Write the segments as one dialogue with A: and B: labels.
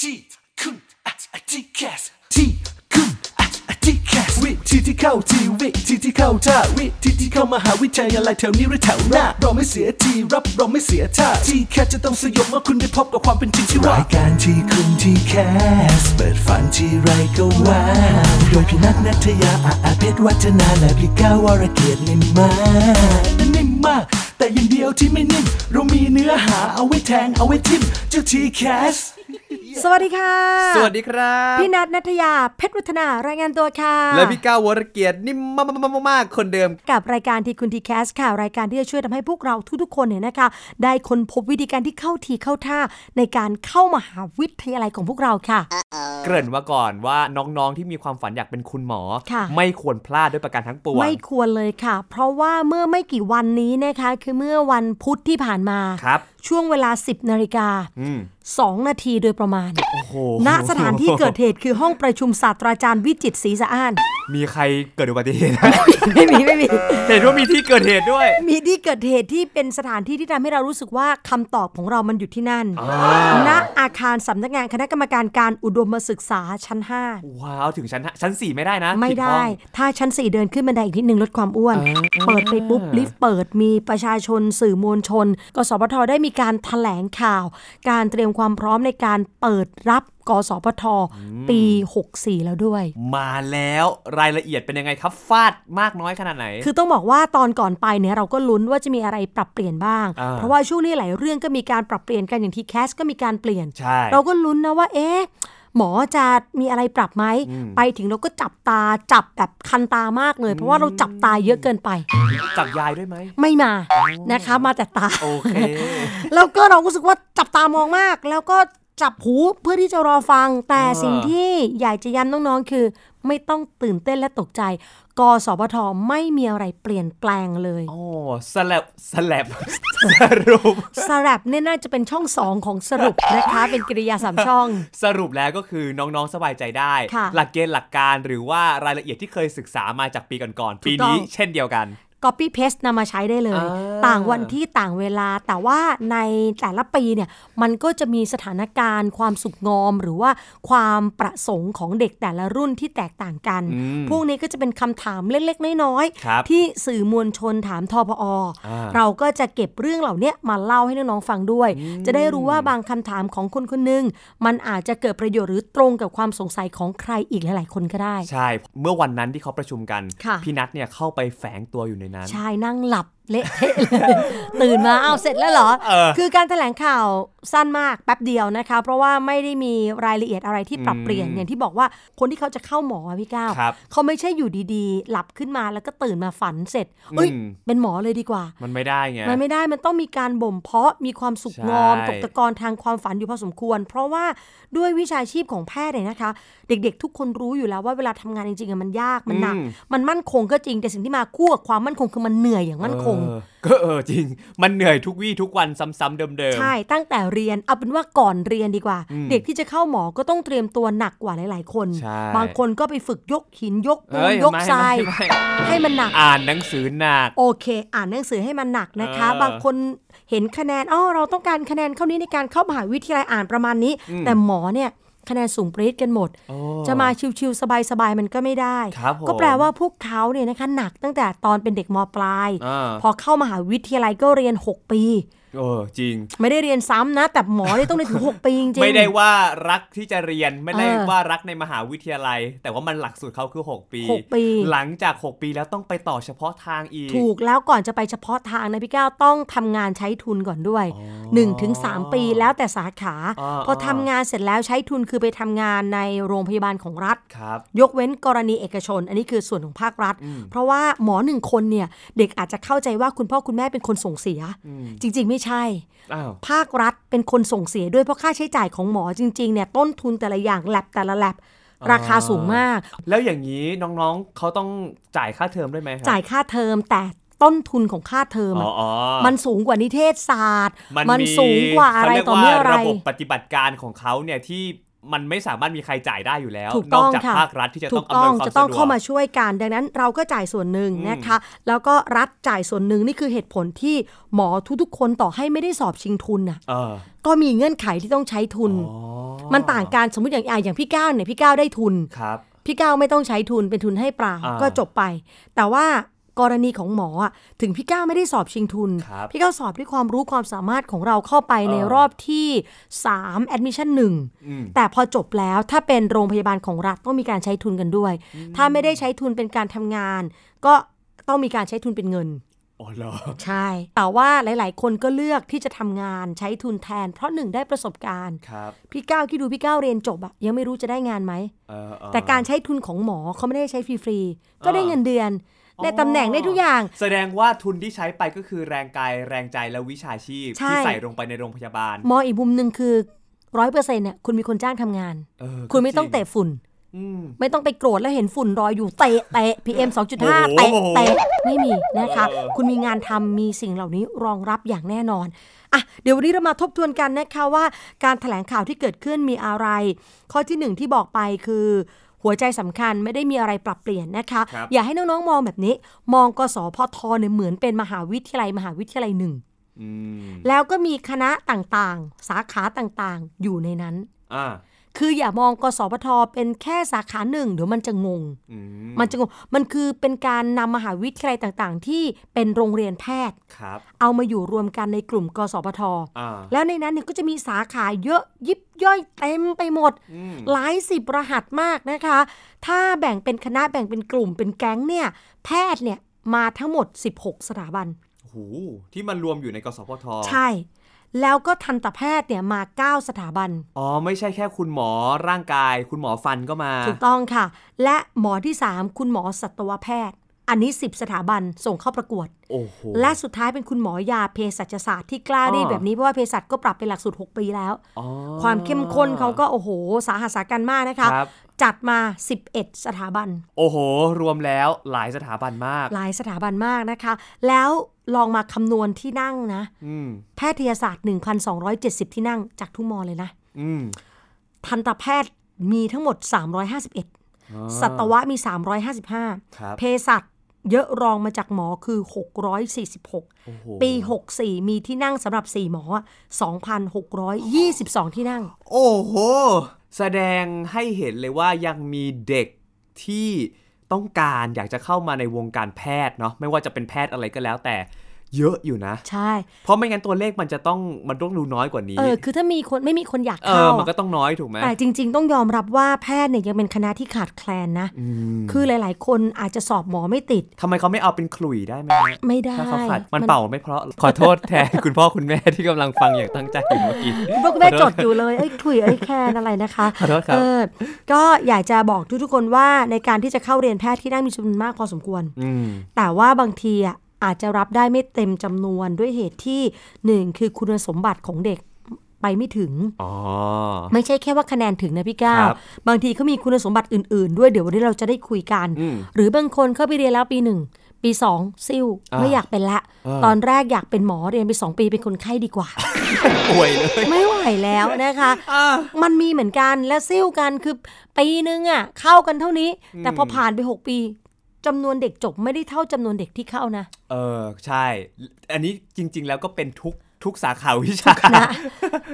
A: ที่คุณอ่ะอ่ะที่แคสที่คุณอ่ะอ่ะที่แคสวิธีที่เข้าทีวิธีที่เข้าท่าวิธีที่เข้ามหาวิทยาลัยแถวนี้หรือแถวหน้าเราไม่เสียทีรับเราไม่เสียท่าที่แคสจะต้องสยบเมื่อคุณได้พบกับความเป็นจริงที่ว่ารายการที่คุณที่แคสเปิดฝันที่ไรก็ว่าโดยพี่นัทนัทยาอาอาเพชรวัฒนาและพี่ก้าวรเกียรตินิ่มมากนิ่มมาก แต่อยังเดียวที่ไม่นิ่มเรามีเนื้อหาเอาไว้แทงเอาไว้ทิมเจ้าทีแคส
B: สวัสดีค่ะ
C: สวัสดีครับ
B: พี่นัทนัทยาเพชรวัฒนารายงานตัวค่ะ
C: และพี่ก้าววรเกียรตินี่มากๆๆๆๆคนเดิม
B: กับรายการทีคุณทีแคสค่ะ รายการที่จะช่วยทำให้พวกเราทุกๆ คนเนี่ยนะคะ ได้ค้นพบวิธีการที่เข้าทีเข้าท่า ในการเข้ามหาวิทยาลัยของพวกเราค่ะ
C: เกริ่นมาก่อนว่าน้องๆที่มีความฝันอยากเป็นคุณหมอ
B: ค่ะ
C: ไม่ควรพลาดด้วยประการทั้งปวง
B: ไม่ควรเลยค่ะ เพราะว่าเมื่อไม่กี่วันนี้นะคะ คือเมื่อวันพุธที่ผ่านมา
C: ครับ
B: ช่วงเวลา 10นาฬิกา
C: อืม
B: สองนาทีโดยประมาณ
C: โอ้โห
B: ณสถานที่เกิดเหตุคือห้องประชุมศาสตราจารย์วิจิตรศรีสะอ้าน
C: มีใครเกิดอุบัติเหตุนะ
B: ไม่มีไม่มี
C: เห็นว่ามีที่เกิดเหตุด้วย
B: มีที่เกิดเหตุที่เป็นสถานที่ที่ทำให้เรารู้สึกว่าคำตอบของเรามันอยู่ที่นั่น ณ อาคารสำนักงานคณะกรรมการการอุดมศึกษาชั้น 5
C: ว้าวถึงชั้นห้าชั้นสี่ไม่ได้นะ
B: ไม่
C: ผิห้
B: ได้
C: อง
B: ถ้าชั้น 4 เดินขึ้นบันไดอีกนิดนึงลดความอ้วน เปิดไปปุ๊บ ลิฟต์เปิดมีประชาชนสื่อมวลชน กสพทได้มีการแถลงข่าว การเตรียมความพร้อมในการเปิดรับกสพทปี 64 แล้วด้วย
C: มาแล้วรายละเอียดเป็นยังไงครับฟาดมากน้อยขนาดไหน
B: คือต้องบอกว่าตอนก่อนไปเนี่ยเราก็ลุ้นว่าจะมีอะไรปรับเปลี่ยนบ้าง
C: อ่า
B: เพราะว่าช่วงนี้หลายเรื่องก็มีการปรับเปลี่ยนกันอย่างที่แคสก็มีการเปลี่ยน
C: ใช่
B: เราก็ลุ้นนะว่าเอ๊ะหมอจะมีอะไรปรับไหมไปถึงเราก็จับตาจับแบบคันตามากเลย เพราะว่าเราจับตาเยอะเกินไป
C: จับยายด้วยไหม
B: ไม่มานะคะมาแต่ตา
C: โอเค
B: แล้วก็เรารู้สึกว่าจับตามองมาก แล้วก็จับหูเพื่อที่จะรอฟัง แต่
C: อ่า
B: สิ่งที่อยากจะย้ำน้องๆ คือ ไม่ต้องตื่นเต้นและตกใจ กสบทไม่มีอะไรเปลี่ยนแปลงเลย
C: โอ้สลับสลับ สรุป
B: สแรปเนี่ยน่าจะเป็นช่องสองของสรุปนะคะ เป็นกริยาสามช่อง
C: สรุปแล้วก็คือน้องๆสบายใจได้
B: ค่ะ
C: หลักเกณฑ์หลักการหรือว่ารายละเอียดที่เคยศึกษามาจากปีก่อนๆ
B: ถู
C: ปี
B: กต้อง
C: นี้เช่นเดียวกัน
B: Copy Paste นำมาใช้ได้เลย
C: อ่า
B: ต่างวันที่ต่างเวลา แต่ว่าในแต่ละปีเนี่ย มันก็จะมีสถานการณ์ ความสุขงอม หรือว่าความประสงค์ของเด็กแต่ละรุ่นที่แตกต่างกัน พวกนี้ก็จะเป็นคำถามเล็กๆ น้อย
C: ครับ
B: ที่สื่อมวลชนถามทพอ
C: อ่า
B: เราก็จะเก็บเรื่องเหล่าเนี้ยมาเล่าให้น้องๆฟังด้วย จะได้รู้ว่าบางคำถามของคนคนหนึ่งมันอาจจะเกิดประโยชน์หรือตรงกับความสงสัยของใครอีกหลายๆ คนก็ได้
C: ใช่ เมื่อวันนั้นที่เขาประชุมกัน
B: ค่ะ
C: พี่นัทเนี่ยเข้าไปแฝงตัวอยู่ในนั้น
B: ชายนั่งหลับเละเทะเลย ตื่นมาเอาเสร็จแล้วเหรอ
C: เออ
B: คือการแถลงข่าวสั้นมากแป๊บเดียวนะคะ เพราะว่าไม่ได้มีรายละเอียดอะไรที่ปรับเปลี่ยน
C: อืม
B: อย่างที่บอกว่าคนที่เขาจะเข้าหมออะพี่ก้าว
C: ครับ
B: เขาไม่ใช่อยู่ดีๆ หลับขึ้นมาแล้วก็ตื่นมาฝันเสร็จเอ้ย
C: อืม
B: เป็นหมอเลยดีกว่า
C: มันไม่ได้ไง
B: มันไม่ได้มันต้องมีการบ่มเพาะมีความสุขงอม
C: ใช่
B: ตกตะกอนทางความฝันอยู่พอสมควร เพราะว่าด้วยวิชาชีพของแพทย์เนี่ยนะคะ เด็กๆ ทุกคนรู้อยู่แล้วว่าเวลาทำงานจริงๆอะมันยากมันหนัก มันมั่นคงก็จริงแต่สิ่งที่มาคู่กับความมั่นคงคือมันเหนื่อยอย่างมั่นคง
C: เออก็เอ อจริง มันเหนื่อยทุกวี่ทุกวันซ้ำๆเดิม
B: ใช่ตั้งแต่เรียนเอาเป็นว่าก่อนเรียนดีกว่า เด็กที่จะเข้าหมอก็ต้องเตรียมตัวหนักกว่าหลาย ๆ คน
C: ใช่
B: บางคนก็ไปฝึกยกหินยก
C: ๆ
B: ปู
C: เอ้
B: น
C: ย
B: ยก
C: ไม่
B: ทราย
C: ไม่ไม่
B: ให้มันหนัก
C: อ่านหนังสือหนัก
B: โอเค อ่านหนังสือให้มันหนักนะคะ
C: เออบ
B: างคนเห็นคะแนนอ๋อเราต้องการคะแนนเข้านี้ในการเข้ามหาวิทยาลัยอ่านประมาณนี้ แต่หมอเนี่ยคะแนนสูงปรี๊ดกันหมด
C: โอ้
B: จะมาชิวๆสบายๆมันก็ไม่ได้
C: ครับผม
B: ก็แปลว่าพวกเขาเนี่ยนะคะหนักตั้งแต่ตอนเป็นเด็กมปลาย
C: อ่า
B: พอเข้ามหาวิทยาลัยก็เรียน 6 ปี
C: เออจริง
B: ไม่ได้เรียนซ้ำนะ แต่หมอเนี่ยต้องเรียนถึง 6 ปีจริงๆ
C: ไม่ได้ว่ารักที่จะเรียนไม่ได้
B: เออ
C: ว่ารักในมหาวิทยาลัย แต่ว่ามันหลักสูตรเขาคือ 6 ปี
B: หกปี
C: หลังจาก 6 ปีแล้วต้องไปต่อเฉพาะทางอีก
B: ถูกแล้วก่อนจะไปเฉพาะทางนะพี่ก้าวต้องทำงานใช้ทุนก่อนด้วย1นถึงสามปีแล้วแต่สาขา
C: อ่า
B: พอทำงานเสร็จแล้วใช้ทุนคือไปทำงานในโรงพยาบาลของรัฐ
C: ครับ
B: ยกเว้นกรณีเอกชน อันนี้คือส่วนของภาครัฐ เพราะว่าหมอหนึ่งคนเนี่ย เด็กอาจจะเข้าใจว่าคุณพ่อคุณแม่เป็นคนส่งเสีย จริง ๆ ไม่ใช่
C: อ้าว
B: ภาครัฐเป็นคนส่งเสียด้วยเพราะค่าใช้จ่ายของหมอจริงๆเนี่ยต้นทุนแต่ละอย่างแลบแต่ละแลบราคาสูงมาก
C: แล้วอย่างนี้น้องๆ เขาต้องจ่ายค่าเทอมด้วยไหมครับ
B: จ่ายค่าเทอมแต่ต้นทุนของค่าเทอม
C: อ๋
B: อะ
C: ออ๋อ
B: มันสูงกว่านิเทศศาสตร์
C: มัน
B: มันสูงกว่าอะไรต่อเมื่อ
C: เขาเยก
B: อะไร
C: ว่าระบบปฏิบัติการของเขาเนี่ยที่ มันไม่สามารถมีใครจ่ายได้อยู่แล้ว
B: ถูก
C: น
B: ต้
C: อก
B: อง
C: จาก
B: ค่ะ
C: ภาครัฐที่จะ
B: ถู
C: ต้อง
B: กต้อง
C: อำนวยความ
B: จะ
C: สะ
B: ต้อง
C: ดว
B: เข้าก มาช่วยกันดังนั้นเราก็จ่ายส่วนหนึ่งนะคะ แล้วก็รัฐจ่ายส่วนหนึ่งนี่คือเหตุผลที่หมอทุกๆ คนต่อให้ไม่ได้สอบชิงทุนน่ะ
C: เออ
B: ก็มีเงื่อนไขที่ต้องใช้ทุน มันต่างกันสมมติอย่างอ่ะอย่างพี่ก้าวเนี่ยพี่ก้าวได้ทุน
C: ครับ
B: พี่ก้าวไม่ต้องใช้ทุนเป็นทุนให้เปล่า
C: อ่า
B: ก็จบไป แต่ว่ากรณีของหมออะถึงพี่ก้าวไม่ได้สอบชิงทุน
C: ครับ
B: พี่ก้าวสอบด้วยความรู้ความสามารถของเราเข้าไปใน
C: เออ
B: รอบที่3 admission 1 แต่พอจบแล้วถ้าเป็นโรงพยาบาลของรัฐต้องมีการใช้ทุนกันด้วย ถ้าไม่ได้ใช้ทุนเป็นการทำงาน ก็ต้องมีการใช้ทุนเป็นเงิน
C: อ๋อเหรอ
B: ใช่ แต่ว่าหลาย ๆ คนก็เลือกที่จะทำงานใช้ทุนแทน เพราะหนึ่งได้ประสบการณ์
C: ครับ
B: พี่ก้าวคิดดูพี่ก้าวเรียนจบอะยังไม่รู้จะได้งานไหม
C: เออเออ
B: แต่การใช้ทุนของหมอเขาไม่ได้ใช้ฟรีๆ ก็ได้
C: อ่า
B: เงินเดือน ได้ตำแหน่งได้ทุกอย่าง
C: แสดงว่าทุนที่ใช้ไปก็คือแรงกายแรงใจและวิชาชีพ
B: ใช่
C: ที่ใส่ลงไปในโรงพยาบาล
B: มองอีกมุมหนึ่งคือร้อยเปอร์เซ็นต์เนี่ยคุณมีคนจ้างทำงาน
C: เออ
B: คุณไม่
C: ก็จริง
B: ต้องเตะฝุ่น
C: อืม
B: ไม่ต้องไปโกรธแล้วเห็นฝุ่นรอยอยู่เตะเตะ PM 2.5
C: โอ้
B: เตะ
C: โห
B: เตะไม่มีนะคะ
C: เออ
B: คุณมีงานทำมีสิ่งเหล่านี้รองรับอย่างแน่นอนอ่ะเดี๋ยววันนี้เรามาทบทวนกันนะคะว่าการแถลงข่าวที่เกิดขึ้นมีอะไร ข้อที่หนึ่งที่บอกไปคือ หัวใจสำคัญไม่ได้มีอะไรปรับเปลี่ยนนะคะ
C: ครับ
B: อย่าให้น้องๆมองแบบนี้ มองกสพทเนี่ยเหมือนเป็นมหาวิทยาลัยมหาวิทยาลัยหนึ่ง
C: อืม
B: แล้วก็มีคณะต่างๆ สาขาต่างๆ อยู่ในนั้น
C: อ่า
B: คืออย่ามองกสพทเป็นแค่สาขาหนึ่งเดี๋ยวมันจะงง
C: อืม
B: มันจะงงมันคือเป็นการนำมหาวิทยาลัยต่างๆ ที่เป็นโรงเรียนแพทย์
C: ครับ
B: เอามาอยู่รวมกันในกลุ่มกสพท
C: อ่า
B: แล้วในนั้นเนี่ยก็จะมีสาขาเยอะยิบย่อยเต็มไปหมด
C: อืม
B: หลายสิบรหัสมากนะคะ ถ้าแบ่งเป็นคณะแบ่งเป็นกลุ่มเป็นแก๊งเนี่ย แพทย์เนี่ยมาทั้งหมด 16 สถาบัน
C: โอ้โหูที่มันรวมอยู่ในกสพท
B: ใช่ แล้วก็ทันตแพทย์เนี่ยมา 9 สถาบัน
C: อ๋อ ไม่ใช่แค่คุณหมอร่างกาย คุณหมอฟันก็มา
B: ถูกต้องค่ะ และหมอที่ 3 คุณหมอสัตวแพทย์ อันนี้ 10 สถาบันส่งเข้าประกวด
C: โอ้โห
B: และสุดท้ายเป็นคุณหมอยาเภสัชศาสตร์ที่กล้าเรียก
C: อ่า
B: แบบนี้ เพราะว่าเภสัชก็ปรับเป็นหลักสูตร 6 ปีแล้ว
C: อ๋อ
B: ความเข้มข้นเขาก็โอ้โห สาหัสสากันมากนะคะ
C: ครับ
B: จัดมา 11 สถาบัน
C: โอ้โห รวมแล้วหลายสถาบันมาก
B: หลายสถาบันมากนะคะ แล้วลองมาคำนวณที่นั่งนะ
C: อืม
B: แพทยศาสตร์ 1,270 ที่นั่งจากทุกมอเลยนะ
C: อืม
B: ทันตแพทย์มีทั้งหมด 351 สัตวะมี
C: ครับ
B: 355 เภสัชเยอะรองมาจากหมอคือ 646
C: โอ้โห
B: ปี 64 มีที่นั่งสำหรับ 4 หมอ 2,622 ที่นั่ง
C: โอ้โห แสดงให้เห็นเลยว่ายังมีเด็กที่ต้องการอยากจะเข้ามาในวงการแพทย์เนาะไม่ว่าจะเป็นแพทย์อะไรก็แล้วแต่เยอะอยู่นะ
B: ใช่
C: เพราะไม่งั้นตัวเลขมันจะต้องมันต้องดูน้อยกว่านี้
B: เออคือถ้ามีคนไม่มีคนอยาก
C: เอ
B: เข้า
C: อ
B: อะ
C: มันก็ต้องน้อยถูกไหม
B: แต่จริง ๆ ต้องยอมรับว่าแพทย์เนี่ยยังเป็นคณะที่ขาดแคลนนะ คือหลาย ๆ คนอาจจะสอบหมอไม่ติด
C: ทำไมเขาไม่เอาเป็นขลุ่ยได้ไหม
B: ไม่ได้
C: ถ้าเขาขัดมันเป่าไม่เพราะ ขอโทษแทน คุณพ่อคุณแม่ที่กำลังฟังอย่างตั้งใจอยู่เมื่อกี้
B: พวกแม่จดอยู่เลยไอ้ยถุยไอ้ยแคนอะไรนะคะ
C: ขอโทษครับ
B: เออก็อยากจะบอกทุก ๆ คนว่าในการที่จะเข้าเรียนแพทย์ที่นั่งมีจำนวนมากพอสมควร
C: อืม
B: แต่ว่าบางทีอ่ะอาจจะรับได้ไม่เต็มจำนวนด้วยเหตุที่หนึ่งคือคุณสมบัติของเด็กไปไม่ถึง
C: อ๋อ
B: ไม่ใช่แค่ว่าคะแนนถึงนะพี่ก้าว
C: ครับ
B: บางทีเขามีคุณสมบัติอื่น ๆ ด้วยเดี๋ยววันนี้เราจะได้คุยกัน หรือบางคนเข้าไปเรียนแล้วปีหนึ่งปีสองซิ่ว
C: อ่า
B: ไม่อยากเป็นละ
C: อ่า
B: ตอนแรกอยากเป็นหมอเรียนไปสองปีเป็นคนไข้ดีกว่า
C: ป่วยเลย
B: ไม่ไหวแล้วนะคะ
C: อ่า
B: มันมีเหมือนกันและซิ่วกันคือปีนึงอ่ะเข้ากันเท่านี้ แต่พอผ่านไปหกปีจำนวนเด็กจบไม่ได้เท่าจำนวนเด็กที่เข้านะ
C: เออ ใช่ อันนี้จริง ๆ แล้วก็เป็นทุกทุกสาขาวิชา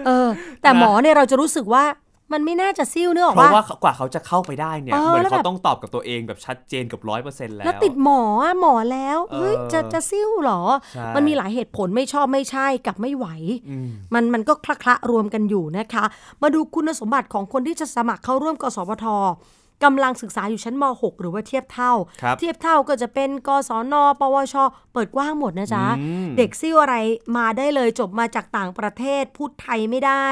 B: เออ แต่
C: นะ
B: หมอเนี่ยเราจะรู้สึกว่ามันไม่น่าจะซิ่วเนอะออก
C: เพราะ
B: ปะ
C: ว่ากว่าเขาจะเข้าไปได้เนี่ย
B: เออ
C: เหมือน
B: แล้ว
C: เขา
B: แบบ
C: ต้องตอบกับตัวเองแบบชัดเจนกับร้อยเปอร์เซ็นต์แล้ว
B: แล้วติดหมออะหมอแล้วเฮ้ย
C: เออ
B: จะจะซิ่วเหรอ
C: ใช่
B: มันมีหลายเหตุผลไม่ชอบไม่ใช่กับไม่ไหว
C: อืม
B: มันมันก็คละคละๆรวมกันอยู่นะคะ มาดูคุณสมบัติของคนที่จะสมัครเข้าร่วมกสพทกำลังศึกษาอยู่ชั้นม .6 หรือว่าเทียบเท่า
C: ครับ
B: เทียบเท่าก็จะเป็นกศนปวช เปิดกว้างหมดนะจ๊ะ เด็กซิ่วอะไรมาได้เลยจบมาจากต่างประเทศพูดไทยไม่ได้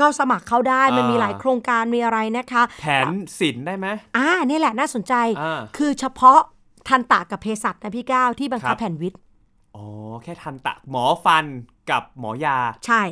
B: ก็สมัครเข้าได้มันมีหลายโครงการมีอะไรนะคะ
C: แผนศิลป์ได้ไหม
B: อ่านี่แหละน่าสนใจ
C: อ่า
B: คือเฉพาะทันตะกับเภสัชนะพี่ก้าวที่บัง
C: ครั
B: คับบ แผ่นวิทย์
C: อ๋อ แค่ทันตะหมอฟันกับหมอยา
B: ใช่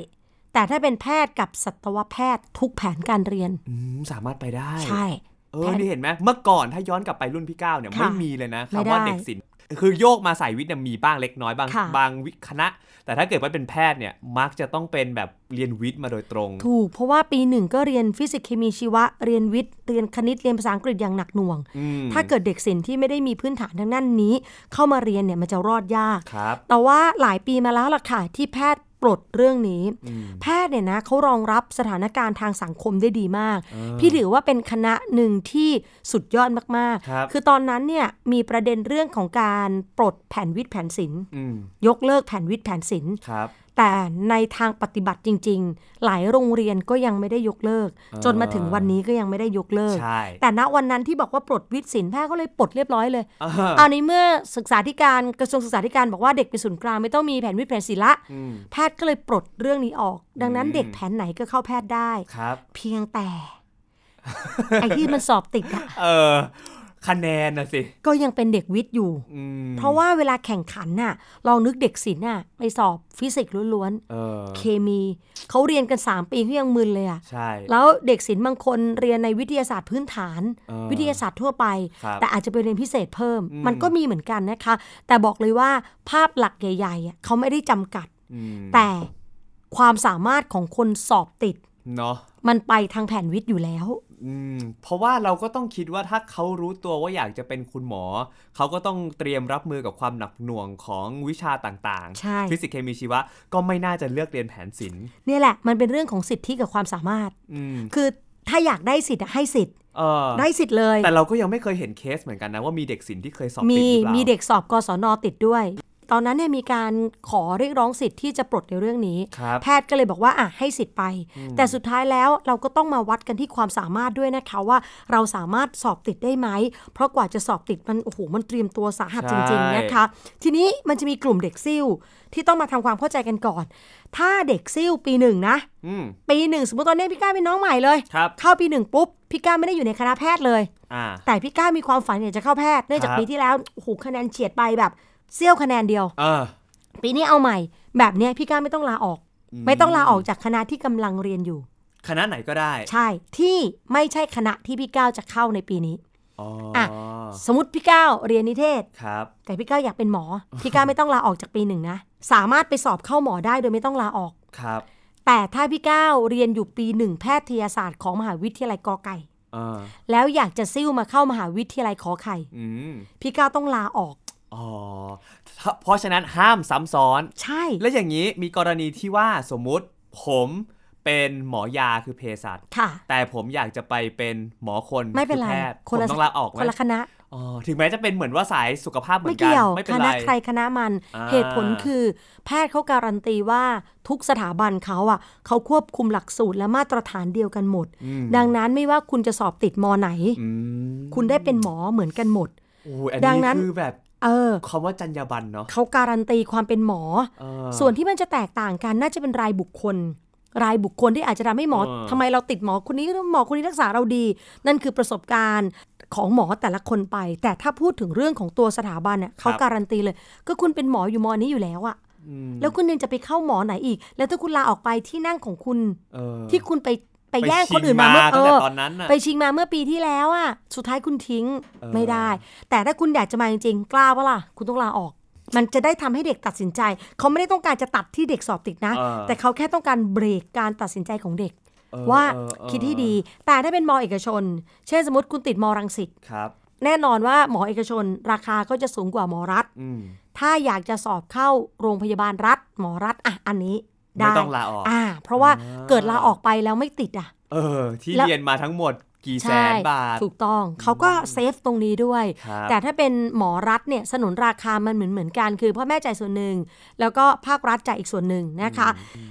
B: แต่ถ้าเป็นแพทย์กับสัตวแพทย์ทุกแผนการเรียน
C: อืมสามารถไปได้
B: ใช่
C: เออ นี่เห็นไหมเมื่อก่อนถ้าย้อนกลับไปรุ่นพี่ก้าวเนี่ย
B: ค่ะ
C: ไม่มีเลยนะ
B: ไม่
C: คำ
B: ได้
C: ว่าเด็กศิลป์ คือโยกมาสายวิทย์เนี่ยมีบ้างเล็กน้อยบาง
B: ค่ะ
C: บางวิคณะ แต่ถ้าเกิดว่าเป็นแพทย์เนี่ยมักจะต้องเป็นแบบเรียนวิทย์มาโดยตรง
B: ถูกเพราะว่าปีหนึ่งก็เรียนฟิสิกส์เคมีชีวะ เรียนวิทย์ เรียนคณิตเรียนภาษาอังกฤษอย่างหนักหน่วง
C: อืม
B: ถ้าเกิดเด็กศิลป์ที่ไม่ได้มีพื้นฐานทางด้านนี้ เข้ามาเรียนเนี่ยมันจะรอดยาก
C: ครับ
B: แต่ว่าหลายปีมาแล้วล่ะค่ะที่แพทย์ปลดเรื่องนี้ แพทย์เนี่ยนะเขารองรับสถานการณ์ทางสังคมได้ดีมาก พี่ถือว่าเป็นคณะหนึ่งที่สุดยอดมาก
C: ครับ
B: ๆอตอนนั้นเนี่ยมีประเด็นเรื่องของการปลดแผนวิทย์แผนศิลป์
C: อืม
B: ยกเลิกแผนวิทย์แผนศิลป์
C: ครับ
B: แต่ในทางปฏิบัติจริง ๆ หลายโรงเรียนก็ยังไม่ได้ยกเลิก
C: อ่า
B: จนมาถึงวันนี้ก็ยังไม่ได้ยกเลิก
C: ใช่
B: แต่ณวันนั้นที่บอกว่าปลดวิทย์ศิลป์แพทย์ก็เลยปลดเรียบร้อยเลย
C: อ่า
B: เอาในเมื่อศึกษาธิการกระทรวงศึกษาธิการบอกว่าเด็กเป็นศูนย์กลางไม่ต้องมีแผนวิทย์แผนศิลป์ละ
C: อืม
B: แพทย์ก็เลยปลดเรื่องนี้ออก ดังนั้น
C: อืม
B: เด็กแผนไหนก็เข้าแพทย์ได้
C: ครับ
B: เพียงแต่ ไอ้ที่มันสอบติดอะ
C: เออคะแนนนะสิ
B: ก็ยังเป็นเด็กวิทย์อยู่
C: อืม
B: เพราะว่าเวลาแข่งขันน่ะลองนึกเด็กศิลป์น่ะไปสอบฟิสิกส์ล้วนๆ
C: เออ
B: เคมีเขาเรียนกัน 3 ปีเขายังมึนเลยอะ
C: ใช่
B: แล้วเด็กศิลป์บางคนเรียนในวิทยาศาสตร์พื้นฐาน
C: เออ
B: วิทยาศาสตร์ทั่วไป
C: ครับ
B: แต่อาจจะไปเรียนพิเศษเพิ่ม
C: อืม
B: มันก็มีเหมือนกันนะคะ แต่บอกเลยว่าภาพหลักใหญ่ๆอะเขาไม่ได้จำกัด
C: อืม
B: แต่ความสามารถของคนสอบติด
C: เนาะ
B: มันไปทางแผนวิทย์อยู่แล้ว
C: อืมเพราะว่าเราก็ต้องคิดว่าถ้าเขารู้ตัวว่าอยากจะเป็นคุณหมอ เขาก็ต้องเตรียมรับมือกับความหนักหน่วงของวิชาต่าง
B: ใช่
C: ฟิสิกส์เคมีชีวะ ก็ไม่น่าจะเลือกเรียนแผนศิลป์
B: เนี่ยแหละมันเป็นเรื่องของสิทธิกับความสามารถ
C: อืม
B: คือถ้าอยากได้สิทธิ์อะให้สิทธิ์
C: เออ
B: ได้สิทธิ์เลย
C: แต่เราก็ยังไม่เคยเห็นเคสเหมือนกันนะว่ามีเด็กศิลป์ที่เคยสอบติดห
B: มี
C: รือเป
B: มี
C: ล่ามี
B: เด็กสอบกศนติดด้วย ตอนนั้นเนี่ยมีการขอเรียกร้องสิทธิ์ที่จะปลดในเรื่องนี้
C: ครับ
B: แพทย์ก็เลยบอกว่าอ่ะให้สิทธิ์ไป แต่สุดท้ายแล้วเราก็ต้องมาวัดกันที่ความสามารถด้วยนะคะว่าเราสามารถสอบติดได้ไหม เพราะกว่าจะสอบติดมันโอ้โหมันเตรียมตัวสาหัสจ
C: ใช่
B: ริงๆนะคะ ทีนี้มันจะมีกลุ่มเด็กซิ่วที่ต้องมาทำความเข้าใจกันก่อน ถ้าเด็กซิ่วปีหนึ่งนะ
C: อืม
B: ปีหนึ่งสมมติตอนนี้พี่ก้าเป็นน้องใหม่เลย
C: ครับ
B: เข้าปีหนึ่งปุ๊บพี่ก้าไม่ได้อยู่ในคณะแพทย์เลย
C: อ่า
B: แต่พี่ก้ามีความฝันอยากจะเข้าแพทย์เนื่องจาก
C: ครับ
B: ปีที่แล้วโอ้โหคะแนนเฉียดไปแบบเซี่ยวคะแนนเดียว
C: เออ
B: ปีนี้เอาใหม่ แบบเนี้ยพี่ก้าไม่ต้องลาออก
C: อืม
B: ไม่ต้องลาออกจากคณะที่กำลังเรียนอยู่
C: คณะไหนก็ได้
B: ใช่ที่ไม่ใช่คณะที่พี่ก้าวจะเข้าในปีนี้
C: อ๋ออะ
B: สมมติพี่ก้าวเรียนนิเทศ
C: ครับ
B: แต่พี่ก้าวอยากเป็นหม อ พี่ก้าวไม่ต้องลาออกจากปีหนึ่งนะสามารถไปสอบเข้าหมอได้โดยไม่ต้องลาออก
C: ครับ
B: แต่ถ้าพี่ก้าวเรียนอยู่ปีหนึ่งแพทยศาสตร์ของมหาวิทยาลัยกอไก่
C: เออ
B: แล้วอยากจะซิ่วมาเข้ามหาวิทยาลัยขอไข่
C: อืม
B: พี่ก้าวต้องลาออก
C: อ๋อถ้าเพราะฉะนั้นห้ามซ้ำซ้อน
B: ใช่
C: แล้วอย่างนี้มีกรณีที่ว่าสมมุติผมเป็นหมอยาคือเภสัช
B: ค่ะ
C: แต่ผมอยากจะไปเป็นหมอคน
B: ไม่เป็นไร
C: คือแพทย์ผ
B: น
C: ม
B: ละ
C: ต้องลาออกไหม
B: คนละคณะ
C: อ๋อถึงแม้จะเป็นเหมือนว่าสายสุขภาพเหมือ
B: ไม่
C: นกัน
B: เกี่ยว
C: ไม่
B: ค
C: เป็น
B: ณะ
C: ไร
B: ใครคณะมัน
C: อ่า
B: เหตุผลคือ แพทย์เขาการันตีว่าทุกสถาบันเขาอ่ะเขาควบคุมหลักสูตรและมาตรฐานเดียวกันหมด ดังนั้นไม่ว่าคุณจะสอบติดมอไหน
C: อืม
B: คุณได้เป็นหมอเหมือนกันหมด
C: โอ้ยอัน
B: ดัง
C: นี้
B: นั้น
C: คือแบบ
B: เออ
C: คำว่าจรรยาบรรณเนาะ
B: เขาการันตีความเป็นหมอ
C: เออ
B: ส่วนที่มันจะแตกต่างกันน่าจะเป็นรายบุคคล รายบุคคลที่อาจจะทำให้หมอ
C: เออ
B: ทำไมเราติดหมอคนนี้หรือหมอคนนี้รักษาเราดี นั่นคือประสบการณ์ของหมอแต่ละคนไป แต่ถ้าพูดถึงเรื่องของตัวสถาบันเนี่ยเขาการันตีเลย ก็คุณเป็นหมออยู่มอนี้อยู่แล้วอะ
C: อืม
B: แล้วคุณยังจะไปเข้าหมอไหนอีก แล้วถ้าคุณลาออกไปที่นั่งของคุณ
C: เออ
B: ที่คุณไปไป
C: ไป
B: แย่งคนอื่น
C: ชิ
B: มาเมื่อเอ
C: ตั้งแต่
B: อ
C: ตอนนั้นน่ะ
B: ไปชิงมาเมื่อปีที่แล้วอะสุดท้ายคุณทิ้ง
C: เออ
B: ไม่ได้ แต่ถ้าคุณอยากจะมาจริงๆกล้าปะล่ะคุณต้องลาออก มันจะได้ทำให้เด็กตัดสินใจ เขาไม่ได้ต้องการจะตัดที่เด็กสอบติดนะ
C: เออ
B: แต่เขาแค่ต้องการเบรกการตัดสินใจของเด็ก
C: เออ
B: ว่า
C: เออเออ
B: คิดที่ดี แต่ถ้าเป็นมอเอกชน เช่นสมมติคุณติดมอรังสิต
C: ครับ
B: แน่นอนว่าหมอเอกชน ราคาก็จะสูงกว่าหมอรัฐ
C: อืม
B: ถ้าอยากจะสอบเข้าโรงพยาบาลรัฐ หมอรัฐอ่ะอันนี้ได้
C: ไม่ต้องลาออก
B: อ่า เพราะว่า
C: อ่า
B: เกิดลาออกไปแล้วไม่ติดอ่ะ
C: เออ ที่
B: แล้ว
C: เรียนมาทั้งหมดกี่แส
B: ใช่
C: นบาท
B: ถูกต้องเขาก็เซฟตรงนี้ด้วย
C: ครับ
B: แต่ถ้าเป็นหมอรัฐเนี่ยสนุนราคามันเหมือนเหมือนๆกัน คือพ่อแม่จ่ายส่วนหนึ่ง แล้วก็ภาครัฐจ่ายอีกส่วนหนึ่งนะคะ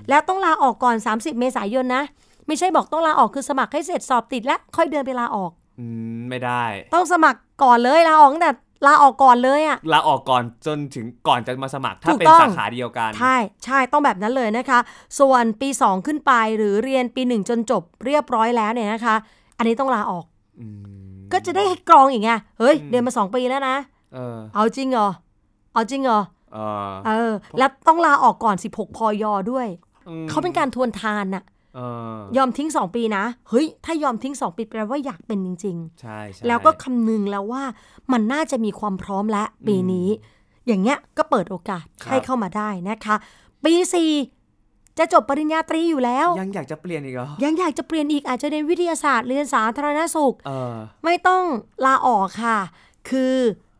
B: แล้วต้องลาออกก่อน 30 เมษายนนะ ไม่ใช่บอกต้องลาออกคือสมัครให้เสร็จสอบติดแล้วค่อยเดินไปลาออก
C: อืมไม่ได้
B: ต้องสมัครก่อนเลยลาออกตั้งแต่ลาออกก่อนเลยอ่ะ
C: ลาออกก่อนจนถึงก่อนจะมาสมัคร ถ้า
B: ถูก
C: เป็น
B: ต้อง
C: สาขาเดียวกัน
B: ใช่ใช่ต้องแบบนั้นเลยนะคะ ส่วนปี 2 ขึ้นไปหรือเรียนปี 1 จนจบเรียบร้อยแล้วเนี่ยนะคะ อันนี้ต้องลาออก
C: อืม
B: ก็จะได้กรองอีกไงเฮ้ยเรียนมาสองปีแล้วนะ
C: เออ
B: เอาจริงเหรอ เอาจริงเหรอ
C: เออ
B: เออ แล้วต้องลาออกก่อน 16 พอยอด้วย
C: อืม
B: เขาเป็นการทวนทานน่ะ
C: เออย
B: อมทิ้ง 2 ปีนะ เฮ้ย ถ้ายอมทิ้ง 2 ปีแปลว่าอยากเป็นจริง
C: ใช่ใช่
B: ๆ แล้วก็คำนึงแล้วว่ามันน่าจะมีความพร้อมและปีนี้ อย่างเงี้ยก็เปิดโอกาสให้เข้ามาได้นะคะ ปี4จะจบปริญญาตรีอยู่แล้ว
C: ยังอยากจะเปลี่ยนอีกเหรอ
B: ยังอยากจะเปลี่ยนอีกอาจจะเรียนวิทยาศาสตร์เรียนสาธารณสุข
C: เออ
B: ไม่ต้องลาออกค่ะ คือ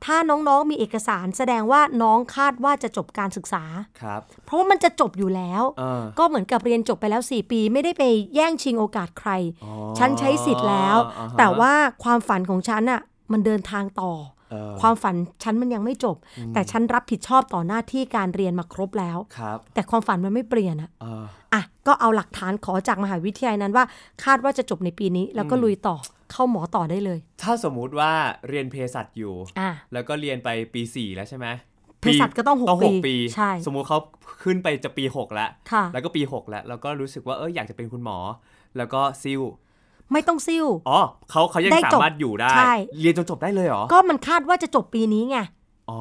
B: ถ้าน้องๆมีเอกสารแสดงว่าน้องคาดว่าจะจบการศึกษา
C: ครับ
B: เพราะว่ามันจะจบอยู่แล้ว
C: เออ
B: ก็เหมือนกับเรียนจบไปแล้ว 4 ปีไม่ได้ไปแย่งชิงโอกาสใคร
C: อ๋อ
B: ฉันใช้สิทธิ์แล้ว
C: อ่ฮะ
B: แต่ว่าความฝันของฉันอะมันเดินทางต่อ
C: เออ
B: ความฝันฉันมันยังไม่จบ แต่ฉันรับผิดชอบต่อหน้าที่การเรียนมาครบแล้ว
C: ครับ
B: แต่ความฝันมันไม่เปลี่ยนอะ
C: เออ
B: อ่ะก็เอาหลักฐานขอจากมหาวิทยาลัยนั้นว่า คาดว่าจะจบในปีนี้ แล้วก็ลุยต่อเข้าหมอต่อได้เลย
C: ถ้าสมมุติว่าเรียนเภสัชอยู่
B: อ่ะ
C: แล้วก็เรียนไปปีสี่แล้วใช่ไหม
B: เภสัชก็ต้องหก
C: ต้องหก
B: ปี
C: ปี
B: ใช่
C: สมมุติเขาขึ้นไปจะปีหกแล้ว
B: ค่ะ
C: แล้วก็ปีหกแล้ว แล้วก็รู้สึกว่าเอออยากจะเป็นคุณหมอ แล้วก็ซิว
B: ไม่ต้องซิ่ว
C: อ๋อเขาเขายัง
B: ได้จบ
C: สามารถอยู่ได้
B: ใช่
C: เรียนจนจบได้เลยเหรอ
B: ก็มันคาดว่าจะจบปีนี้ไง
C: อ๋อ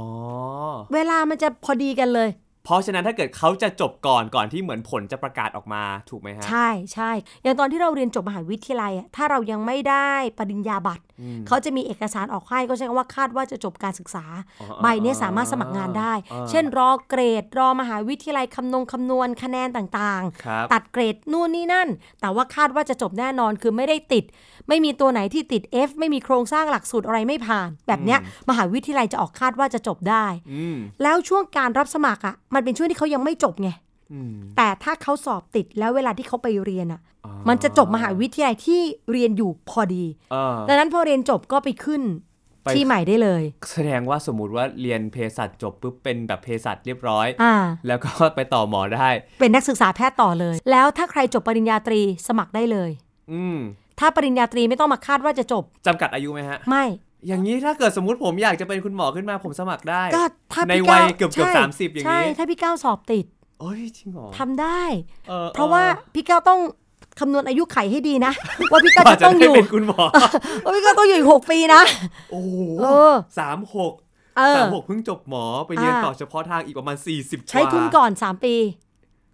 B: เวลามันจะพอดีกันเลย
C: เพราะฉะนั้นถ้าเกิดเขาจะจบก่อนก่อนที่เหมือนผลจะประกาศออกมาถูกไหมฮะ
B: ใช่ใช่ อย่างตอนที่เราเรียนจบมหาวิทยาลัยอะถ้าเรายังไม่ได้ปริญญาบัตร เขาจะมีเอกสารออกให้ก็ใช้คำว่าคาดว่าจะจบการศึกษา
C: อ๋อ
B: ใบเนี้ยสามารถสมัครงานได้
C: อ่า
B: เช่นรอเกรด รอมหาวิทยาลัยคำนงคำนวณคะแนนต่างๆ
C: ครับ
B: ตัดเกรดนู่นนี่นั่น แต่ว่าคาดว่าจะจบแน่นอนคือไม่ได้ติด ไม่มีตัวไหนที่ติด F ไม่มีโครงสร้างหลักสูตรอะไรไม่ผ่าน แบบเนี้ยมหาวิทยาลัยจะออกคาดว่าจะจบได้
C: อืม
B: แล้วช่วงการรับสมัครอะ่ะมันเป็นช่วงที่เขายังไม่จบไง
C: อืม
B: แต่ถ้าเขาสอบติดแล้วเวลาที่เขาไปเรียนอะ่ะ
C: อ๋อ
B: มันจะจบมหาวิทยาลัยที่เรียนอยู่พอดี
C: เออ
B: ดังนั้นพอเรียนจบก็ไปขึ้น
C: ไป
B: ที่ใหม่ได้เลย
C: แสดงว่าสมมติว่าเรียนเภสัชจบปุ๊บเป็นแบบเภสัชเรียบร้อย
B: อ่า
C: แล้วก็ไปต่อหมอได้
B: เป็นนักศึกษาแพทย์ต่อเลย แล้วถ้าใครจบปริญญาตรีสมัครได้เลย
C: อืม
B: ถ้าปริญญาตรีไม่ต้องมาคาดว่าจะจบ
C: จำกัดอายุไหมฮะ
B: ไม่
C: อย่างนี้ถ้าเกิดสมมติผมอยากจะเป็นคุณหมอขึ้นมาผมสมัครได้
B: ก็ถ้า
C: ใน
B: พี่
C: วั
B: ก้า
C: ยวเกือบเกือบ
B: ใช่
C: สามสิบอย่าง
B: ใช่
C: นี้
B: ถ้าพี่ก้าวสอบติด
C: โอ้ยจริงเหรอ
B: ทำได้
C: ออ
B: เพราะว่า
C: ออ
B: พี่ก้าวต้องคำนวณอายุไขให้ดีนะ ว่าพี่ก้าว
C: กว่า
B: จะต้องอ
C: ได้
B: ยู่
C: เป็นคุณหมอ
B: ว่าพี่ก้าวต้องอยู่อีกหกปีนะ
C: โอ้โห
B: เออ
C: สามหก
B: เออ
C: สามหกเพิ่งจบหมอไปเรียน
B: อ่า
C: ต่อเฉพาะทางอีกประมาณ 40
B: ใช้
C: ว่า
B: ทุนก่อนสามปี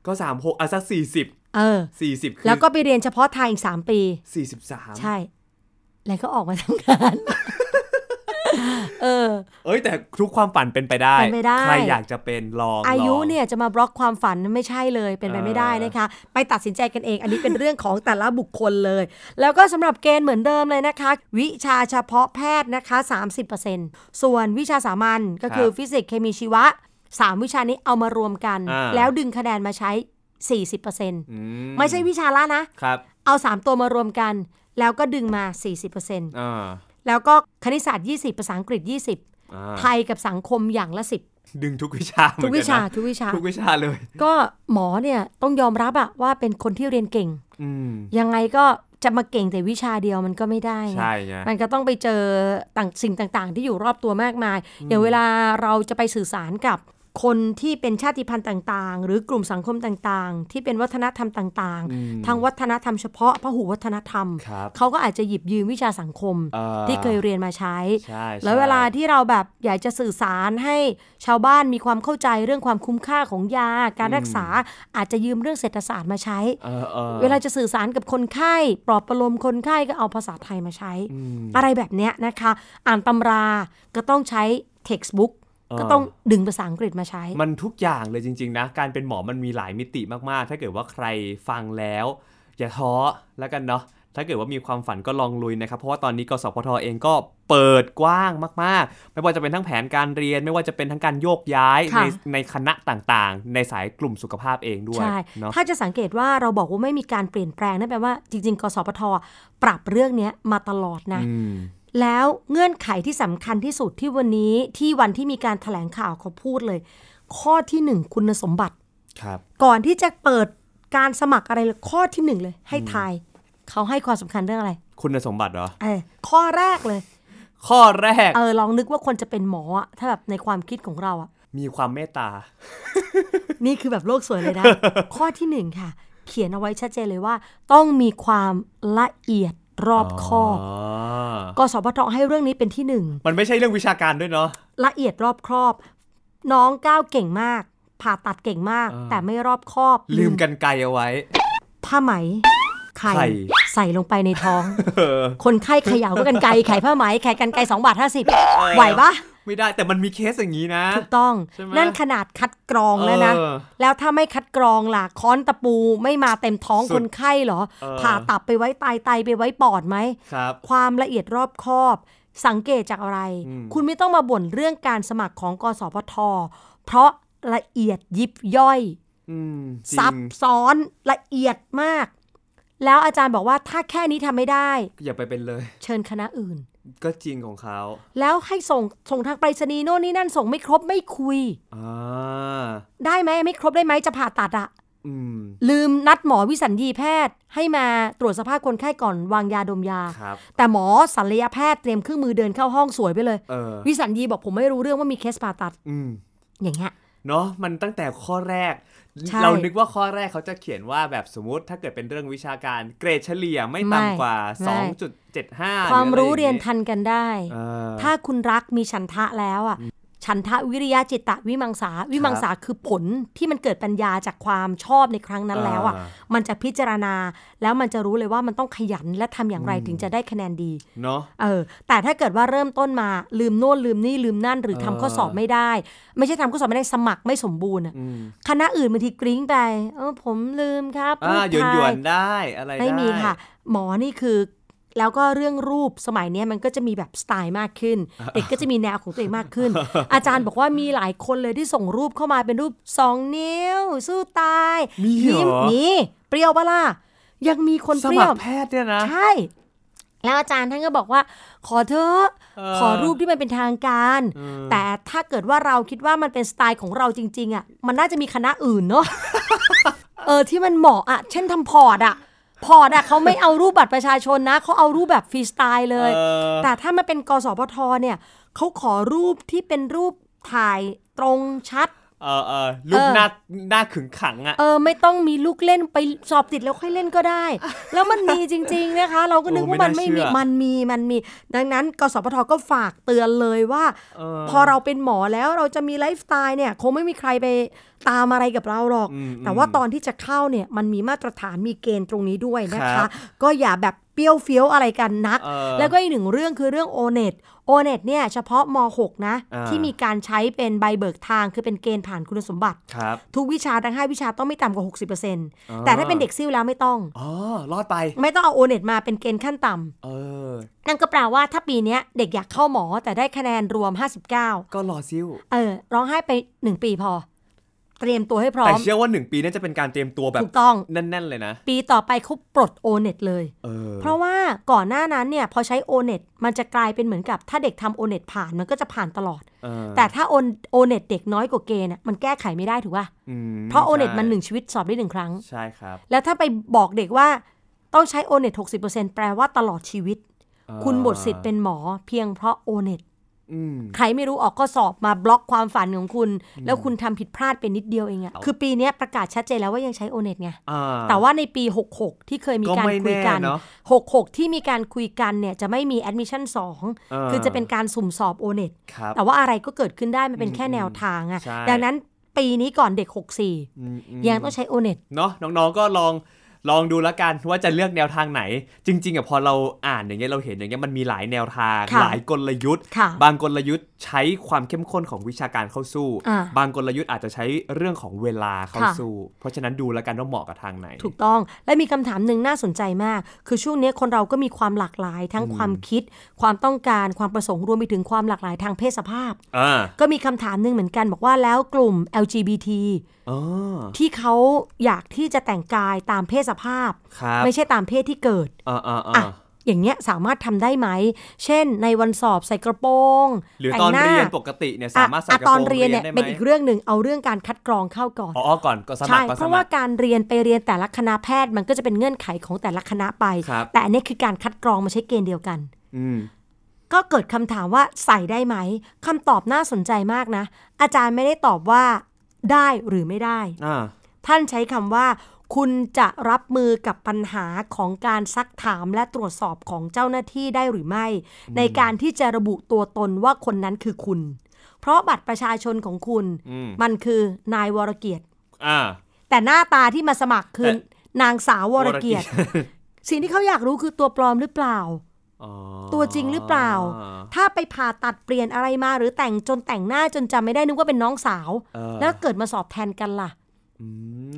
C: ก็สามหกอ่ะสักสี่สิบ
B: เออ
C: สี่สิบคือ
B: แล้วก็ไปเรียนเฉพาะทางอีกสามปี
C: สี่สิบสาม
B: ใช่ แล้วก็ออกมาทำงาน เออ
C: เอ้ยแต่ทุกความฝันเป็นไปได้
B: เป็นไปได้
C: ใครอยากจะเป็นลอง
B: อายุ
C: ลง
B: เนี่ยจะมาบล็อกความฝันไม่ใช่เลยเป็นไป
C: เออ
B: ไม่ได้นะคะ ไปตัดสินใจกันเอง อันนี้เป็นเรื่องของแต่ละบุคคลเลย แล้วก็สำหรับเกณฑ์เหมือนเดิมเลยนะคะ วิชาเฉพาะแพทย์นะคะ 30%ส่วนวิชาสามัญก็คือฟิสิกส์เคมีชีวะ 3 วิชานี้เอามารวมกัน แล้วดึงคะแนนมาใช้ 40%
C: อื
B: ไม่ใช่วิชาละนะ
C: ครับ
B: เอา 3 ตัวมารวมกัน แล้วก็ดึงมา 40%
C: อ่า
B: แล้วก็คณิตศาสตร์ 20 ภาษาอังกฤษ 20
C: อ่า
B: ไทยกับสังคมอย่างละ 10
C: ดึงทุกวิชาเหมื
B: ทุ
C: อก น
B: วิชา
C: นนะ
B: ทุกวิชา
C: ทุกวิชาเลย
B: ก็หมอเนี่ยต้องยอมรับอะว่าเป็นคนที่เรียนเก่ง
C: อืม
B: ยังไงก็จะมาเก่งแต่วิชาเดียวมันก็ไม่ได้ไง
C: ใช่ไง
B: มันก็ต้องไปเจอต่างสิ่งต่างๆ ที่อยู่รอบตัวมากมาย อย่างเวลาเราจะไปสื่อสารกับคนที่เป็นชาติพันธุ์ต่างๆ หรือกลุ่มสังคมต่างๆ ที่เป็นวัฒนธรรมต่างๆ ทางวัฒนธรรมเฉพาะพหูวัฒนธรรม
C: ครับ
B: เขาก็อาจจะหยิบยืมวิชาสังคม
C: อ่า
B: ที่เคยเรียนมาใช้
C: ใช่ใช่
B: แล้วเวลาที่เราแบบอยากจะสื่อสารให้ชาวบ้านมีความเข้าใจเรื่องความคุ้มค่าของยา การรักษาอาจจะยืมเรื่องเศรษฐศาสตร์มาใช้
C: เออออ
B: เวลาจะสื่อสารกับคนไข้ปลอบประโลมคนไข้ก็เอาภาษาไทยมาใช้ อะไรแบบเนี้ยนะคะ อ่านตำราก็ต้องใช้ textbook ก็ต้องดึงภาษาอังกฤษมาใช้
C: มันทุกอย่างเลยจริง ๆ นะ การเป็นหมอมันมีหลายมิติมาก ๆ ถ้าเกิดว่าใครฟังแล้ว อย่าท้อแล้วกันเนาะถ้าเกิดว่ามีความฝันก็ลองลุยนะครับ เพราะว่าตอนนี้กสพทเองก็เปิดกว้างมาก ๆ ไม่ว่าจะเป็นทั้งแผนการเรียน ไม่ว่าจะเป็นทั้งการโยกย้ายใน
B: ค่ะ
C: ในคณะต่างๆ ในสายกลุ่มสุขภาพเองด้วย
B: ใช่
C: เนาะ
B: ถ้าจะสังเกตว่าเราบอกว่าไม่มีการเปลี่ยนแปลงนั่นแปลว่าจริง ๆ กสพทปรับเรื่องเนี้ยมาตลอดนะ
C: อืม
B: แล้วเงื่อนไขที่สำคัญที่สุดที่วันนี้ที่วันที่มีการถแถลงข่าวเขาพูดเลย ข้อที่หนึ่งคุณสมบัติ
C: ครับ
B: ก่อนที่จะเปิดการสมัครอะไรเลยข้อที่หนึ่งเลย ให้ทาย เขาให้ความสำคัญเรื่องอะไร
C: คุณสมบัติเหรอ
B: เออข้อแรกเลย
C: ข้อแรก
B: เออลองนึกว่าคนจะเป็นหมออะถ้าแบบในความคิดของเรา อะ
C: มีความเมตตา
B: นี่คือแบบโลกสวยเลยนะ ข้อที่หนึ่งค่ะ เขียนเอาไว้ชัดเจนเลยว่า ต้องมีความละเอียดรอบคอบ
C: อ๋อ
B: กสพทให้เรื่องนี้เป็นที่หนึ่ง
C: มันไม่ใช่เรื่องวิชาการด้วยเนาะ
B: ละเอียดรอบครอบ น้องก้าวเก่งมาก ผ่าตัดเก่งมาก แต่ไม่รอบครอบ
C: ลืมกันไกลเอาไว้
B: ผ้าไหมไข่
C: ไข่
B: ใส่ลงไปในท้อง
C: เออ
B: คนไข้เขย่าด้วยกันไกรไข่ผ้าไหมไข่กันไกรสองบาทห้าสิบไหวปะ
C: ไม่ได้แต่มันมีเคสอย่างนี้นะ
B: ถูกต้อง
C: ใช่ไหม
B: นั่นขนาดคัดกรองแล้วนะ
C: เออ
B: แล้วถ้าไม่คัดกรองล่ะ ค้อนตะปูไม่มาเต็มท้อง
C: สุด
B: คนไข้เหรอ
C: เออ
B: ผ่าตับไปไว้ไตไตไปไว้ปอดไหม
C: ครับ
B: ความละเอียดรอบคอบ สังเกตจากอะไร
C: อืม
B: คุณไม่ต้องมาบ่นเรื่องการสมัครของกสพท เพราะละเอียดยิบย่อย
C: อืมจริ
B: ซั
C: ง
B: บซ้อนละเอียดมาก แล้วอาจารย์บอกว่าถ้าแค่นี้ทำไม่ได้
C: อย่าไปเป็นเลย
B: เชิญคณะอื่น
C: ก็จริงของเขา
B: แล้วให้ส่งส่งทางไปรษณีย์โน่นนี่นั่นส่งไม่ครบไม่คุย
C: อ่า
B: ได้ไหมไม่ครบได้ไหมจะผ่าตัดอะ
C: อืม
B: ลืมนัดหมอวิสัญญีแพทย์ ให้มาตรวจสภาพคนไข้ก่อนวางยาดมยา
C: ครับ
B: แต่หมอศัลยแพทย์เตรียมเครื่องมือเดินเข้าห้องสวยไปเลย
C: เออ
B: วิสัญญีบอกผมไม่รู้เรื่องว่ามีเคสผ่าตัด
C: อืม
B: อย่างเงี้ย
C: เนาะมันตั้งแต่ข้อแรก
B: ใช่
C: เรานึกว่าข้อแรกเขาจะเขียนว่าแบบสมมติถ้าเกิดเป็นเรื่องวิชาการเกรดเฉลี่ยไม่
B: ไม่
C: ต่ำกว่า
B: ไม่
C: 2.75
B: ความรู้
C: หออะไอางงี้
B: เรียนทันกันได้
C: เออ
B: ถ้าคุณรักมีฉันทะแล้วอ่ะ ฉันทะวิริยะจิตตะวิมังสา วิมังสาคือผลที่มันเกิดปัญญาจากความชอบในครั้งนั้นแล้วอ่ะ
C: อ่า
B: มันจะพิจารณาแล้วมันจะรู้เลยว่ามันต้องขยันและทำอย่างไรถึงจะได้คะแนนดี
C: เนาะ
B: เออ แต่ถ้าเกิดว่าเริ่มต้นมาลืมโน่นลืมนี่ลืมนั่น หรือทำข้อสอบไม่ได้ ไม่ใช่ทำข้อสอบไม่ได้สมัครไม่สมบูรณ์อะ
C: อืม
B: คณะอื่นบางทีกริ้งไปเออผมลืมครับ
C: อ่าหย
B: รู
C: วน
B: ป
C: หยวน
B: ถ่า
C: ๆได้อะไรได้
B: ไม่มีค่ะ หมอนี่คือ แล้วก็เรื่องรูปสมัยเนี้ยมันก็จะมีแบบสไตล์มาก ขึ้น เด็กก็จะมีแนวของตัวเองมากขึ้น อาจารย์บอกว่ามีหลายคนเลยที่ส่งรูปเข้ามาเป็นรูปสองนิ้ว สู้ตาย
C: มีเหรอ
B: ยิ้มีเปรี้ยวปะล่ะยังมีคน
C: ส
B: เปรี้
C: มั
B: ย
C: คว รแพทย์เนี่ยนะ
B: ใช่ แล้วอาจารย์ท่านก็บอกว่า ขอเถอะ
C: เออ
B: ขอรูปที่มันเป็นทางการ แต่ถ้าเกิดว่าเราคิดว่ามันเป็นสไตล์ของเราจริง ๆอ่ะมันน่าจะมีคณะอื่นเนาะ เออที่มันเหมาะอะเช่นทำพอร์ตอะพอร์ตอะเขาไม่เอารูปบัตรประชาชนนะเขาเอารูปแบบฟรีสไตล์เลย
C: เออ
B: แต่ถ้ามาเป็นกสพทเนี่ยเขาขอรูปที่เป็นรูปถ่ายตรงชัด
C: เออเออรูป
B: เออ
C: หน้าหน้าขึงขังอ่ะ
B: เออไม่ต้องมีลูกเล่นไปสอบติดแล้วค่อยเล่นก็ ได้ แล้วมันมีจริง ๆนะคะ เราก็นึก
C: โอ้
B: ว่า
C: ไม่
B: มัน
C: น่า
B: ไม่
C: เชื่
B: มี
C: อ
B: มันมีมันมี ดังนั้นกสพทก็ฝากเตือนเลยว่า
C: เออ
B: พอเราเป็นหมอแล้วเราจะมีไลฟ์สไตล์เนี่ยคงไม่มีใครไปตามอะไรกับเราหรอก แต่ว่าตอนที่จะเข้าเนี่ยมันมีมาตรฐานมีเกณฑ์ตรงนี้ด้วยนะ
C: ครั
B: คะ
C: บ
B: ก็อย่าแบบเปรี้ยวเฟี้ยวอะไรกันนัก
C: เออ
B: แล้วก็อีกหนึ่งเรื่องคือเรื่อง o n e t o n e t เนี่ยเฉพาะม .6 นะ
C: อ่า
B: ที่มีการใช้เป็นใบเบิกทางคือเป็นเกณฑ์ผ่านคุณสมบัติ
C: ครับ
B: ทุกวิชาทั้ง 5 วิชาต้องไม่ต่ำกว่า 60%แต่ถ้าเป็นเด็กซิ่วแล้วไม่ต้อง
C: อ๋อ รอดไป
B: ไม่ต้องเอาโอเน็ตมาเป็นเกณฑ์ขั้นต่ำ
C: เออ
B: นั่นก็แปลว่าถ้าปีเนี้ยเด็กอยากเข้าหมอแต่ได้คะแนนรวม 59
C: ก็รอซิ่ว
B: เออ ร้องไห้ไป 1 ปีพอ เตรียมตัวให้พร้อ
C: แต่
B: ม
C: เชื่อว่าหนึ่งปีน่าจะเป็นการเตรียมตัวแบบ
B: ถูกต้อง
C: แน่น ๆ เลยนะ
B: ปีต่อไปเขาปลดโอเน็ตเลย
C: เออ
B: เพราะว่าก่อนหน้านั้นเนี่ยพอใช้โอเน็ตมันจะกลายเป็นเหมือนกับ ถ้าเด็กทำโอเน็ตผ่านมันก็จะผ่านตลอด
C: เออ
B: แต่ถ้าโอเน็ตเด็กน้อยกว่าเกณฑ์น่ะมันแก้ไขไม่ได้ถูกป่ะ
C: อืม
B: เพราะโอเน็ต
C: ใช่
B: มันหนึ่งชีวิตสอบได้หนึ่งครั้ง
C: ใช่ครับ
B: แล้วถ้าไปบอกเด็กว่าต้องใช้โอเน็ตหกแปลว่าตลอดชีวิต
C: อ่า
B: คุณหมดสิทธิ์เป็นหมอเพียงเพราะโอเน็ต
C: อืม
B: ใครไม่รู้ออกก็สอบมาบล็อกความฝันของคุณ แล้วคุณทำผิดพลาดไปนิดเดียวเองอะ
C: เอา
B: คือปีเนี้ยประกาศชัดเจนแล้วว่ายังใช้โอเน็ตไง
C: อ่
B: แต่ว่าในปี 66 ที่เคยมีการ
C: ก็ไม่แน่
B: คุยกัน
C: เนอะ
B: 66 ที่มีการคุยกันเนี่ยจะไม่มีแอดมิชชั่น
C: อ่า
B: 2คือจะเป็นการสุ่มสอบโอเน็ต
C: ครับ
B: แต่ว่าอะไรก็เกิดขึ้นได้มันเป็นแค่แนวทางอะ
C: ใช่
B: ดังนั้นปีนี้ก่อนเด็ก
C: อืมอืม
B: 64 ยังต้องใช้โอเน็ต
C: เนาะน้องๆ ก็ลองลองดูแล้วกันว่าจะเลือกแนวทางไหน จริงๆอะพอเราอ่านอย่างเงี้ยเราเห็นอย่างเงี้ยมันมีหลายแนวทาง
B: ค่ะ
C: หลายกลยุทธ์
B: ค่ะ
C: บางกลยุทธ์ใช้ความเข้มข้นของวิชาการเข้าสู้
B: อ่า
C: บางกลยุทธ์อาจจะใช้เรื่องของเวลาเข้า
B: ค่ะ
C: สู้ เพราะฉะนั้นดูแล้วกันว่าเหมาะกับทางไหน
B: ถูกต้องและมีคำถามหนึ่งน่าสนใจมาก คือช่วงนี้คนเราก็มีความหลากหลายทั้งความคิด ความต้องการความประสงค์รวมไปถึงความหลากหลายทางเพศสภาพ
C: อ่า
B: ก็มีคำถามหนึ่งเหมือนกันบอกว่าแล้วกลุ่ม LGBT
C: อ๋อ
B: ที่เขาอยากที่จะแต่งกายตามเพศสภาพ
C: ครับ
B: ไม่ใช่ตามเพศที่เกิด
C: อ่าอ่า
B: อ่ะ
C: อ่า
B: อย่างเงี้ยสามารถทำได้ไหม เช่นในวันสอบใส่กระโปรง
C: หรือ
B: แต่
C: ตอง น
B: หา
C: เรียนปกติเนี่ยสามารถใส่
B: อ่ะ
C: กระ
B: ต
C: โปร
B: อน
C: ง
B: เรี
C: เรี
B: ย
C: ย
B: น
C: น
B: เนี่ย
C: ได้ไหม
B: เป็นอีกเรื่องหนึ่งเอาเรื่องการคัดกรองเข้าก่อน
C: อ๋อก่อนก็สมัค
B: ใช่
C: รก็
B: เพ
C: ส
B: ราะ
C: มั
B: ว่า
C: คร
B: การเรียนไปเรียนแต่ละคณะแพทย์มันก็จะเป็นเงื่อนไขของแต่ละคณะไป
C: ครับ
B: แต่อันนี้คือการคัดกรองมาใช้เกณฑ์เดียวกัน
C: อืม
B: ก็เกิดคำถามว่าใส่ได้ไหมคำตอบน่าสนใจมากนะ อาจารย์ไม่ได้ตอบว่าได้หรือไม่ได้
C: อ่า
B: ท่านใช้คำว่า คุณจะรับมือกับปัญหาของการซักถามและตรวจสอบของเจ้าหน้าที่ได้หรือไม่ ในการที่จะระบุตัวตนว่าคนนั้นคือคุณ เพราะบัตรประชาชนของคุณ
C: อืม
B: มันคือนายวรเกียรติ
C: อ่า
B: แต่หน้าตาที่มาสมัครคือ
C: แต่
B: นางสาววรเกียรติ สิ่งที่เขาอยากรู้คือตัวปลอมหรือเปล่า
C: อ๋อ
B: ตัวจริงหรือเปล่า ถ้าไปผ่าตัดเปลี่ยนอะไรมาหรือแต่งจนแต่งหน้าจนจำไม่ได้นึกว่าเป็นน้องสาว
C: เออ
B: แล้วเกิดมาสอบแทนกันล่ะ
C: อื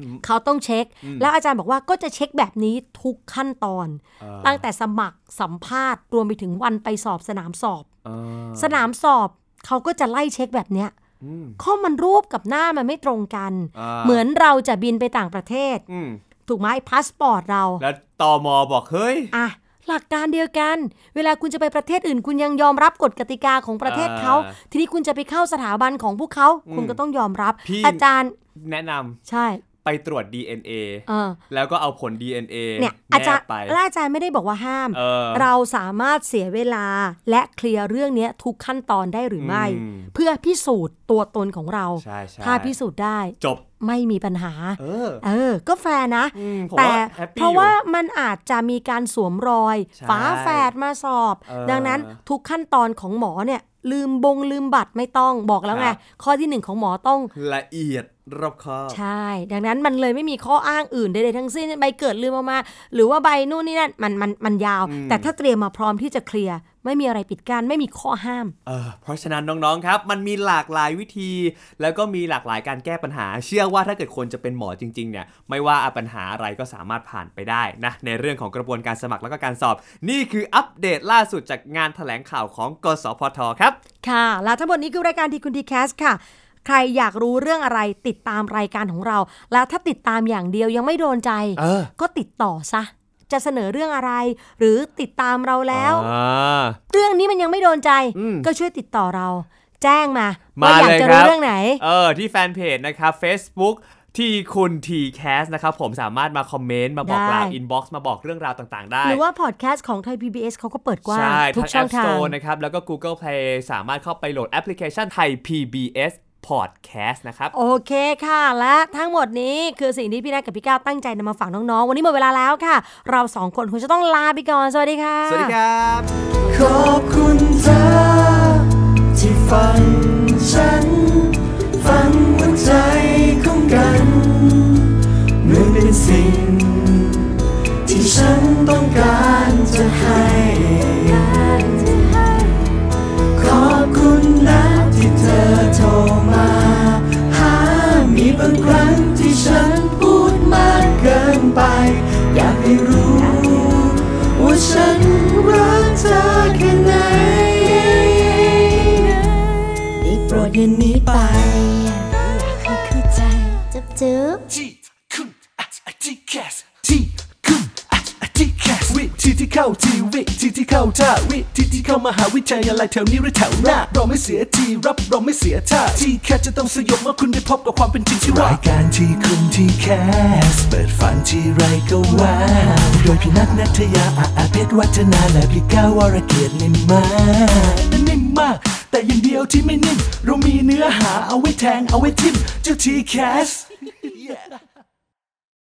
C: ม
B: เขาต้องเช็ค
C: อืม
B: แล้วอาจารย์บอกว่าก็จะเช็คแบบนี้ทุกขั้นตอน
C: เอ่อ
B: ตั้งแต่สมัครสัมภาษณ์ รวมไปถึงวันไปสอบสนามสอบ
C: เอ่อ
B: สนามสอบ เขาก็จะไล่เช็คแบบเนี้ย
C: อืม
B: ข้อมันรูปกับหน้ามันไม่ตรงกัน
C: า
B: เหมือนเราจะบินไปต่างประเทศ
C: อืม
B: ถูกไหมพาสปอร์ตเรา
C: แล้วตมบอกเฮ้ย
B: อ่ะ หลักการเดียวกัน เวลาคุณจะไปประเทศอื่น คุณยังยอมรับกฎกติกาของประเทศเขา
C: อ่า
B: ทีนี้คุณจะไปเข้าสถาบันของพวกเขา
C: อืม
B: คุณก็ต้องยอมรับ
C: พี่
B: อาจารย์
C: แนะนำ
B: ใช่
C: ไปตรวจ DNA
B: เออ
C: แล้วก็เอาผล DNA
B: เนี่ย อาจารย์
C: แนบไป
B: แล้วอาจารย์ไม่ได้บอกว่าห้าม
C: เออ
B: เราสามารถเสียเวลาและเคลียร์เรื่องเนี้ยทุกขั้นตอนได้หรือไม่
C: อืม
B: เพื่อพิสูจน์ตัวตนของเรา
C: ใช่ใช่
B: ถ้าพิสูจน์ได้
C: จบ
B: ไม่มีปัญหา
C: เออ
B: เออ ก็แฟร์นะ
C: อืมผม
B: แต่
C: ว่าแฮปปี้
B: เพราะ
C: อยู่
B: ว่ามันอาจจะมีการสวมรอย
C: ใช่
B: ฝาแฝดมาสอบ
C: เออ
B: ดังนั้นทุกขั้นตอนของหมอเนี่ย ลืมบงลืมบัตรไม่ต้องบอกแล้วไง
C: ครับ
B: ข้อที่หนึ่งของหมอต้อง
C: ละเอียดรอบคอบ
B: ใช่ ดังนั้นมันเลยไม่มีข้ออ้างอื่นใดๆทั้งสิ้นใบเกิดลืมเออกมา หรือว่าใบนู่นนี่นั่นมันมันมันยาว แต่ถ้าเตรียมมาพร้อมที่จะเคลียร์ไม่มีอะไรปิดกั้นไม่มีข้อห้าม
C: เออเพราะฉะนั้นน้องๆครับ มันมีหลากหลายวิธี แล้วก็มีหลากหลายการแก้ปัญหา เชื่อว่าถ้าเกิดคนจะเป็นหมอจริงๆเนี่ย ไม่ว่าปัญหาอะไรก็สามารถผ่านไปได้นะ ในเรื่องของกระบวนการสมัครแล้วก็การสอบ นี่คืออัปเดตล่าสุดจากงานแถลงข่าวของกสพทครับ
B: ค่ะ และทั้งหมดนี้คือรายการทีคุณทีแคสค่ะ ใครอยากรู้เรื่องอะไรติดตามรายการของเรา และถ้าติดตามอย่างเดียวยังไม่โดนใจ
C: เออ
B: ก็ติดต่อซะ จะเสนอเรื่องอะไร หรือติดตามเราแล้ว
C: อ่า
B: เรื่องนี้มันยังไม่โดนใจ
C: อืม
B: ก็ช่วยติดต่อเรา แจ้งมา
C: า
B: ว่าอยากจะรู้เรื่องไหน
C: เออ ที่แฟนเพจนะครับ Facebook ที่คุณ t c a s นะครับ ผมสามารถมาคอมเมนต์ มาบอก
B: ได้
C: ลาอินบ็อกซ์มาบอกเรื่องราวต่างๆ ได้
B: หรือว่าพอดแคสต์ของไทย PBS เขาก็เปิดกว้าง
C: ใช่
B: ทุกช่องทาง
C: แอป Store นะครับ แล้วก็ Google Play สามารถเข้าไปโหลดแอปพลิเคชันไทย PBS Podcast นะครับ
B: โอเคค่ะ และทั้งหมดนี้คือสิ่งที่พี่นัทกับพี่ก้าวตั้งใจนำมาฝากน้องๆ วันนี้หมดเวลาแล้วค่ะ เราสองคนคงจะต้องลาไปก่อน สวัสดีค่ะ
C: สวัสดีครับ
A: ขอบคุณเธอที่ฟังฉัน ฟังหัวใจของกันเหมือนเป็นสิ่ง ที่ฉันต้องการจะให้ ขอบคุณนะที่เธอโทรมา หา มีบางครั้งที่ฉันพูดมากเกินไป อยากให้รู้ ว่าฉันรักเธอแค่ไหนได้โปรดอย่าหนีไป
D: เข้าใจจุ๊บจุ๊บ
A: ที่คุณอาจจะแคสที่คุณอาจจะแคสวิธีที่เข้าทีวิธีที่เข้าท่าวิธีที่เข้ามหาวิทยาลัยแถวนี้หรือแถวหน้าเราไม่เสียทีรับเราไม่เสียท่าที่แคสจะต้องสยบเมื่อคุณได้พบกับความเป็นจริงที่ว่ารายการที่คุณที่แคสเปิดฝันที่ไรก็ว้าวโดยพี่นัทนัทยาอาอาเพชรวัฒนาและพี่ก้าววรเกียรตินิ่มมากนิ่มมาก แต่อย่างเดียวที่ไม่นิ่มเรามีเนื้อหาเอาไว้แทงเอาไว้ทิมเจ้าทีแคส